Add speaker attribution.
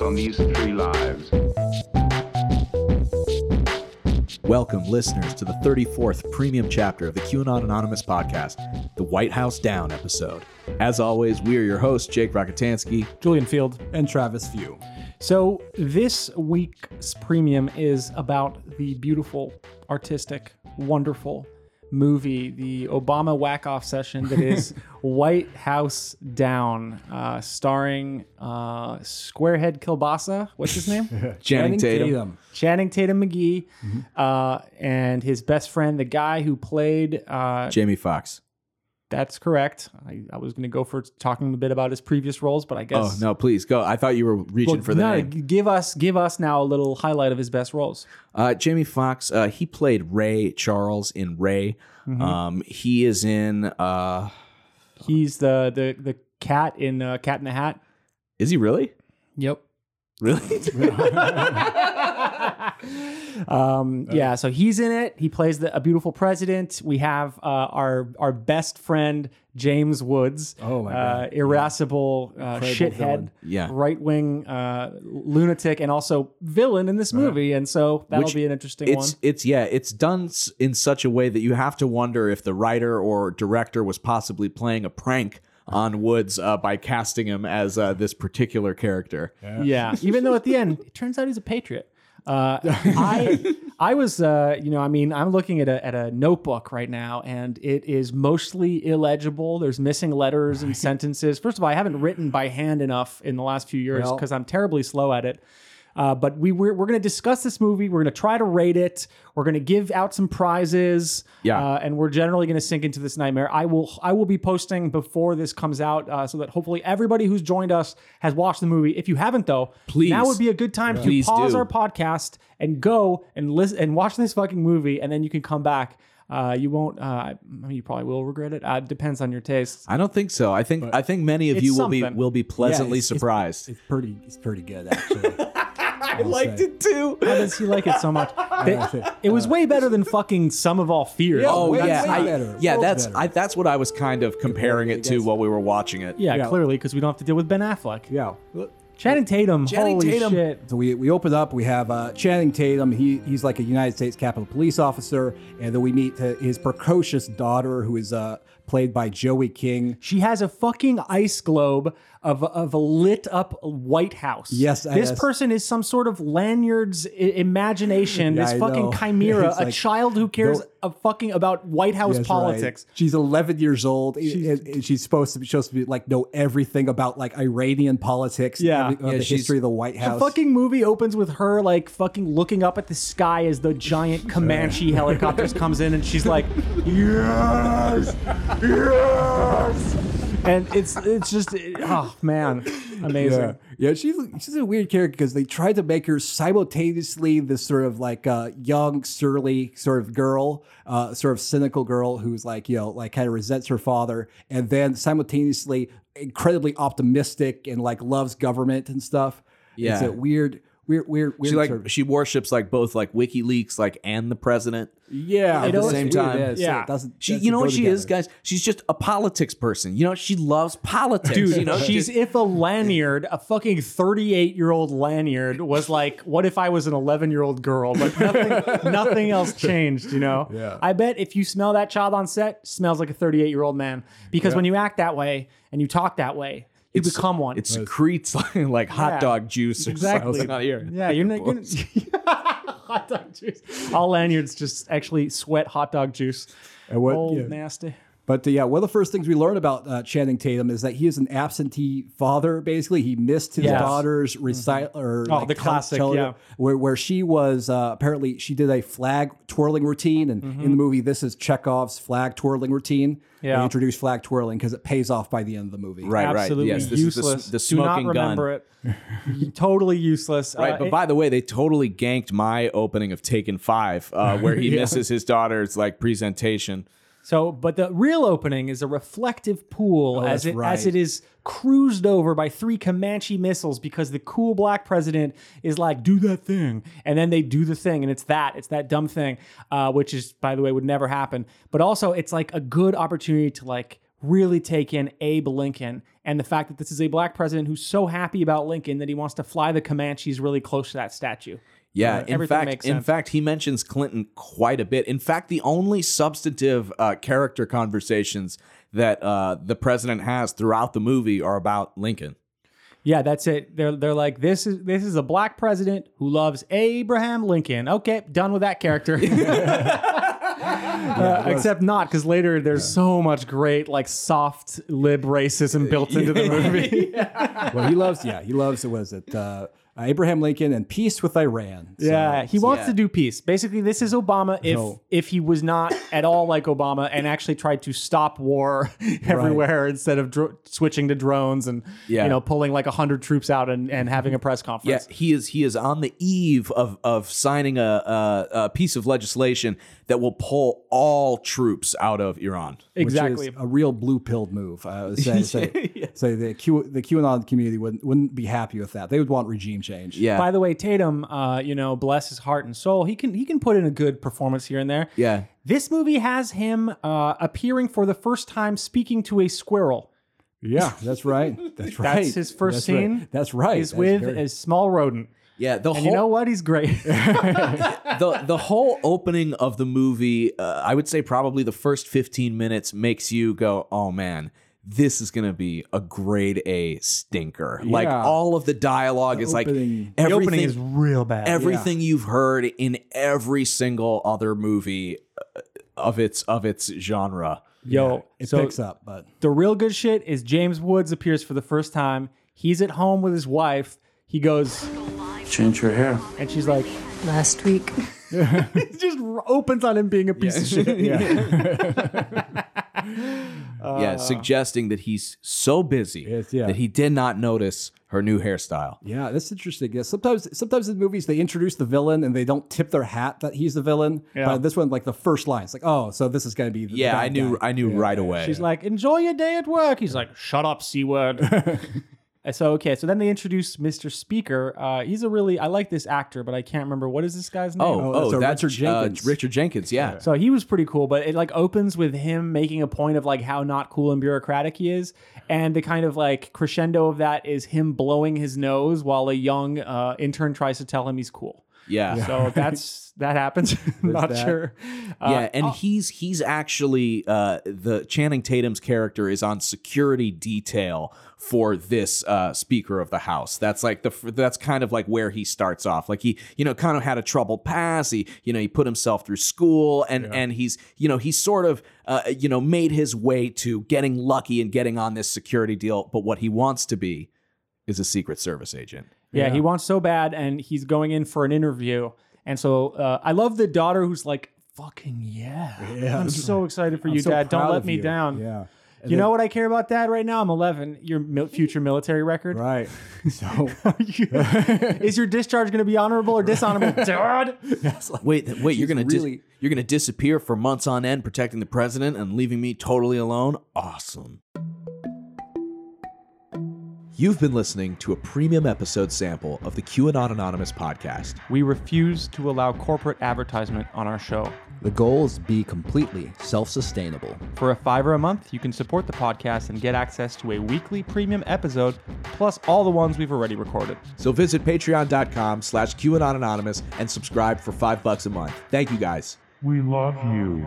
Speaker 1: on these three lives.
Speaker 2: Welcome, listeners, to the 34th premium chapter of the QAnon Anonymous podcast, the White House Down episode. As always, we are your hosts, Jake Rakotansky.
Speaker 3: Julian Field.
Speaker 4: and Travis View.
Speaker 3: So this week's premium is about the beautiful, artistic, wonderful movie, the Obama whack off session that is White House Down, uh, starring uh, Squarehead Kilbasa. What's his name?
Speaker 2: Channing
Speaker 4: Channing
Speaker 2: Tatum.
Speaker 4: Tatum.
Speaker 3: Channing Tatum McGee, uh, and his best friend, the guy who played uh,
Speaker 2: Jamie Foxx.
Speaker 3: That's correct. I, I was going to go for talking a bit about his previous roles, but I guess
Speaker 2: Oh, no, please go. I thought you were reaching
Speaker 3: Well,
Speaker 2: for the
Speaker 3: no,
Speaker 2: name.
Speaker 3: g- Give us, give us now a little highlight of his best roles.
Speaker 2: Uh, Jamie Foxx, uh, he played Ray Charles in Ray.
Speaker 3: Mm-hmm.
Speaker 2: Um, he is in, uh,
Speaker 3: He's the the the cat in uh, Cat in the Hat.
Speaker 2: is he really?
Speaker 3: Yep.
Speaker 2: Really?
Speaker 3: Um, yeah, so he's in it. He plays the, a beautiful president. We have uh, our our best friend James Woods,
Speaker 4: Oh, my
Speaker 3: uh,
Speaker 4: God.
Speaker 3: irascible uh,
Speaker 4: Incredible
Speaker 3: shithead,
Speaker 4: villain.
Speaker 2: Yeah.
Speaker 3: right wing uh, lunatic, and also villain in this
Speaker 4: Uh-huh.
Speaker 3: movie. And so that'll
Speaker 2: Which-
Speaker 3: be an interesting one.
Speaker 2: it's it's yeah it's done s- in such a way that you have to wonder if the writer or director was possibly playing a prank on Woods uh, by casting him as uh, this particular character.
Speaker 3: yeah. Even though at the end it turns out he's a patriot. Uh, I I was uh, you know I mean I'm looking at a at a notebook right now and it is mostly illegible. There's missing letters and sentences. First of all, I haven't written by hand enough in the last few years
Speaker 4: Well-
Speaker 3: because I'm terribly slow at it. Uh, but we we're, we're going to discuss this movie. We're going to try to rate it. We're going to give out some prizes.
Speaker 2: Yeah.
Speaker 3: Uh, and we're generally going to sink into this nightmare. I will I will be posting before this comes out, uh, so that hopefully everybody who's joined us has watched the movie. If you haven't though,
Speaker 2: Please.
Speaker 3: now would be a good time
Speaker 2: Please
Speaker 3: to pause
Speaker 2: do.
Speaker 3: our podcast and go and listen and watch this fucking movie, and then you can come back. Uh, you won't. Uh, I mean, you probably will regret it. Uh, depends on your tastes.
Speaker 2: I don't think so. I think I think many of
Speaker 3: It's
Speaker 2: you will be
Speaker 3: something.
Speaker 2: will be pleasantly
Speaker 4: Yeah, it's- it's-
Speaker 2: surprised.
Speaker 4: It's pretty. It's pretty good actually.
Speaker 2: I liked
Speaker 4: say.
Speaker 2: it too.
Speaker 3: How does he like it so much?
Speaker 4: that's it.
Speaker 3: It, it was way better than fucking Sum of All Fears.
Speaker 4: Yeah.
Speaker 2: Oh
Speaker 4: Way-
Speaker 2: yeah,
Speaker 4: way
Speaker 2: I-
Speaker 4: better.
Speaker 2: yeah.
Speaker 4: World
Speaker 2: That's
Speaker 4: better.
Speaker 2: I, that's what I was kind of comparing it to while we were watching it.
Speaker 3: yeah,
Speaker 4: Yeah.
Speaker 3: clearly because we don't have to deal with Ben Affleck.
Speaker 4: yeah.
Speaker 3: Channing Tatum.
Speaker 2: Channing
Speaker 3: holy
Speaker 2: Tatum.
Speaker 3: shit.
Speaker 4: So we, we open up. We have uh, Channing Tatum. He he's like a United States Capitol Police officer, and then we meet uh, his precocious daughter, who is uh, played by Joey King.
Speaker 3: She has a fucking ice globe of, of a lit up White House.
Speaker 4: Yes, I-
Speaker 3: this
Speaker 4: yes.
Speaker 3: person is some sort of lanyard's I- imagination.
Speaker 4: Yeah,
Speaker 3: this
Speaker 4: I
Speaker 3: fucking
Speaker 4: know.
Speaker 3: chimera,
Speaker 4: It's
Speaker 3: a
Speaker 4: like,
Speaker 3: child who cares
Speaker 4: don't-
Speaker 3: a fucking about White House
Speaker 4: That's right.
Speaker 3: politics.
Speaker 4: She's 11 years old. She's, and, and she's supposed to be supposed to be like know everything about like Iranian politics. and
Speaker 3: Yeah.
Speaker 4: every- uh,
Speaker 2: Yeah,
Speaker 4: the
Speaker 2: she's-
Speaker 4: history of the White House.
Speaker 3: The fucking movie opens with her like fucking looking up at the sky as the giant Comanche helicopters comes in, and she's like, "Yes, yes," and it's it's just it- oh man, amazing.
Speaker 4: Yeah, yeah, she's she's a weird character because they tried to make her simultaneously this sort of like uh, young, surly sort of girl, uh, sort of cynical girl who's like you know like kind of resents her father, and then simultaneously incredibly optimistic and like loves government and stuff.
Speaker 2: Yeah.
Speaker 4: it's a weird, weird, weird, weird.
Speaker 2: She like
Speaker 4: sort of-
Speaker 2: she worships like both like WikiLeaks like and the president.
Speaker 4: yeah,
Speaker 2: at the same time.
Speaker 3: Yeah.
Speaker 4: it doesn't
Speaker 2: She,
Speaker 4: doesn't
Speaker 2: you know
Speaker 4: go
Speaker 2: what she is,
Speaker 4: together.
Speaker 2: guys? She's just a politics person. You know, she loves politics.
Speaker 3: Dude,
Speaker 2: you know,
Speaker 3: she's if a lanyard, a fucking 38 year old lanyard was like, what if I was an 11 year old girl? But nothing, nothing else changed, you know?
Speaker 4: Yeah.
Speaker 3: I bet if you smell that child on set, smells like a 38 year old man. Because when you act that way and you talk that way, you become one.
Speaker 2: It secretes like, like hot
Speaker 3: Yeah.
Speaker 2: dog juice or
Speaker 3: exactly.
Speaker 2: something out here.
Speaker 3: Yeah, you're not gonna. hot dog juice. All lanyards just actually sweat hot dog juice.
Speaker 4: And what-
Speaker 3: Old
Speaker 4: yeah.
Speaker 3: nasty.
Speaker 4: But uh, yeah, one of the first things we learn about uh, Channing Tatum is that he is an absentee father. Basically, he missed his
Speaker 3: Yes. Mm-hmm.
Speaker 4: daughter's recital or
Speaker 3: Oh, the
Speaker 4: tel-
Speaker 3: classic,
Speaker 4: tele-
Speaker 3: yeah.
Speaker 4: where, where she was uh, apparently she did a flag twirling routine, and in the movie, this is Chekhov's flag twirling routine.
Speaker 3: Mm-hmm. Yeah.
Speaker 4: they introduce flag twirling because it pays off by the end of the movie.
Speaker 2: Right,
Speaker 3: Absolutely
Speaker 2: right. Yes, this
Speaker 3: useless.
Speaker 2: is the, the
Speaker 3: Do not
Speaker 2: smoking
Speaker 3: remember
Speaker 2: gun.
Speaker 3: it. totally useless.
Speaker 2: Right,
Speaker 3: Uh,
Speaker 2: but
Speaker 3: it-
Speaker 2: by the way, they totally ganked my opening of Taken Five, uh, where he misses his daughter's like presentation.
Speaker 3: So, but the real opening is a reflective pool as it
Speaker 4: Oh, that's right.
Speaker 3: as it is cruised over by three Comanche missiles because the cool black president is like, "Do that thing," and then they do the thing, and it's that it's that dumb thing, uh, which is by the way would never happen. But also, it's like a good opportunity to like really take in Abe Lincoln and the fact that this is a black president who's so happy about Lincoln that he wants to fly the Comanches really close to that statue.
Speaker 2: Yeah,
Speaker 3: Right.
Speaker 2: in
Speaker 3: Everything
Speaker 2: fact,
Speaker 3: makes
Speaker 2: in
Speaker 3: sense.
Speaker 2: fact, he mentions Clinton quite a bit. In fact, the only substantive uh, character conversations that uh, the president has throughout the movie are about Lincoln.
Speaker 3: Yeah, that's it. They're they're like this is this is a black president who loves Abraham Lincoln. Okay, done with that character. Uh, except not because later there's so much great like soft lib racism built into the movie.
Speaker 4: well, he loves, yeah, he loves, what is it? Uh, Abraham Lincoln and peace with Iran. So-
Speaker 3: Yeah, he wants
Speaker 2: yeah.
Speaker 3: to do peace. Basically, this is Obama if
Speaker 4: No.
Speaker 3: if he was not at all like Obama and actually tried to stop war everywhere instead of dro- switching to drones and
Speaker 2: Yeah.
Speaker 3: you know pulling like hundred troops out and, and having a press
Speaker 2: Yeah,
Speaker 3: conference.
Speaker 2: he is he is on the eve of of signing a, a, a piece of legislation that will pull all troops out of Iran.
Speaker 4: which
Speaker 3: exactly.
Speaker 4: is a real blue pilled move. Uh, I would say, say, say the Q, the QAnon community wouldn't wouldn't be happy with that. They would want regime change.
Speaker 2: Yeah,
Speaker 3: By the way, Tatum, uh, you know, bless his heart and soul, he can he can put in a good performance here and there.
Speaker 2: yeah.
Speaker 3: This movie has him uh, appearing for the first time, speaking to a squirrel.
Speaker 4: yeah, that's right. That's right.
Speaker 3: his first
Speaker 4: That's right.
Speaker 3: scene.
Speaker 4: That's right.
Speaker 3: He's
Speaker 4: That's
Speaker 3: with
Speaker 4: very-
Speaker 3: a small rodent.
Speaker 2: Yeah, the
Speaker 3: And
Speaker 2: whole
Speaker 3: you know what? He's great.
Speaker 2: the the whole opening of the movie, uh, I would say probably the first 15 minutes makes you go, "Oh man, this is going to be a grade A stinker." Like
Speaker 4: Yeah.
Speaker 2: all of the dialogue is like
Speaker 4: opening-
Speaker 2: everything
Speaker 3: the opening is real bad.
Speaker 2: everything you've heard in every single other movie uh, of its of its genre.
Speaker 3: Yo,
Speaker 4: it
Speaker 3: so
Speaker 4: picks up, but
Speaker 3: the real good shit is James Woods appears for the first time. He's at home with his wife. He goes,
Speaker 1: Change your hair.
Speaker 3: and she's like,
Speaker 5: Last week,
Speaker 3: it just r- opens on him being a piece of shit.
Speaker 2: yeah, suggesting that he's so busy
Speaker 4: Yes, yeah.
Speaker 2: that he did not notice her new hairstyle.
Speaker 4: yeah, that's interesting. Yeah, sometimes sometimes in movies they introduce the villain and they don't tip their hat that he's the villain.
Speaker 3: Yeah.
Speaker 4: But this one, like the first line, it's like, oh, so this is going to be the
Speaker 2: Yeah,
Speaker 4: bad
Speaker 2: I knew
Speaker 4: guy.
Speaker 2: I knew right away.
Speaker 3: She's like, enjoy your day at work. He's like, shut up, C word. And so, okay. So then they introduce Mr. Speaker. Uh, he's a really, I like this actor, but I can't remember. What is this guy's name?
Speaker 2: Oh,
Speaker 4: Oh,
Speaker 2: oh,
Speaker 4: that's
Speaker 2: that's,
Speaker 4: a Richard
Speaker 2: uh,
Speaker 4: Jenkins.
Speaker 2: Richard Jenkins, yeah.
Speaker 3: So he was pretty cool, but it like opens with him making a point of like how not cool and bureaucratic he is, and the kind of like crescendo of that is him blowing his nose while a young uh, intern tries to tell him he's cool.
Speaker 2: Yeah. Yeah.
Speaker 3: So that's that happens. not
Speaker 4: that.
Speaker 3: sure. Uh,
Speaker 2: and he's he's actually uh, the Channing Tatum's character is on security detail for this uh, Speaker of the House. That's like the f- that's kind of like where he starts off. Like he you know kind of had a troubled past. He you know he put himself through school and and he's you know he's sort of uh, you know made his way to getting lucky and getting on this security deal. But what he wants to be is a Secret Service agent.
Speaker 3: Yeah, he wants so bad, and he's going in for an interview. And so uh, I love the daughter who's like, "Fucking yeah, I'm so excited for you,
Speaker 4: so
Speaker 3: Dad. Don't
Speaker 4: proud
Speaker 3: let
Speaker 4: of
Speaker 3: me
Speaker 4: you."
Speaker 3: down."
Speaker 4: Yeah.
Speaker 3: You know what I care about, Dad? Right now, I'm 11. Your mil- future military record.
Speaker 4: Right. So
Speaker 3: Is your discharge going to be honorable or dishonorable, Dad?
Speaker 2: Wait, th- wait! You're gonna dis-
Speaker 4: really-
Speaker 2: you're gonna disappear for months on end, protecting the president and leaving me totally alone. Awesome. You've been listening to a premium episode sample of the QAnon Anonymous podcast.
Speaker 3: We refuse to allow corporate advertisement on our show.
Speaker 6: The goal is to be completely self sustainable.
Speaker 3: For a fiver a month, you can support the podcast and get access to a weekly premium episode, plus all the ones we've already recorded.
Speaker 2: So visit patreon.com slash QAnon Anonymous and subscribe for five bucks a month. Thank you guys.
Speaker 7: We love you.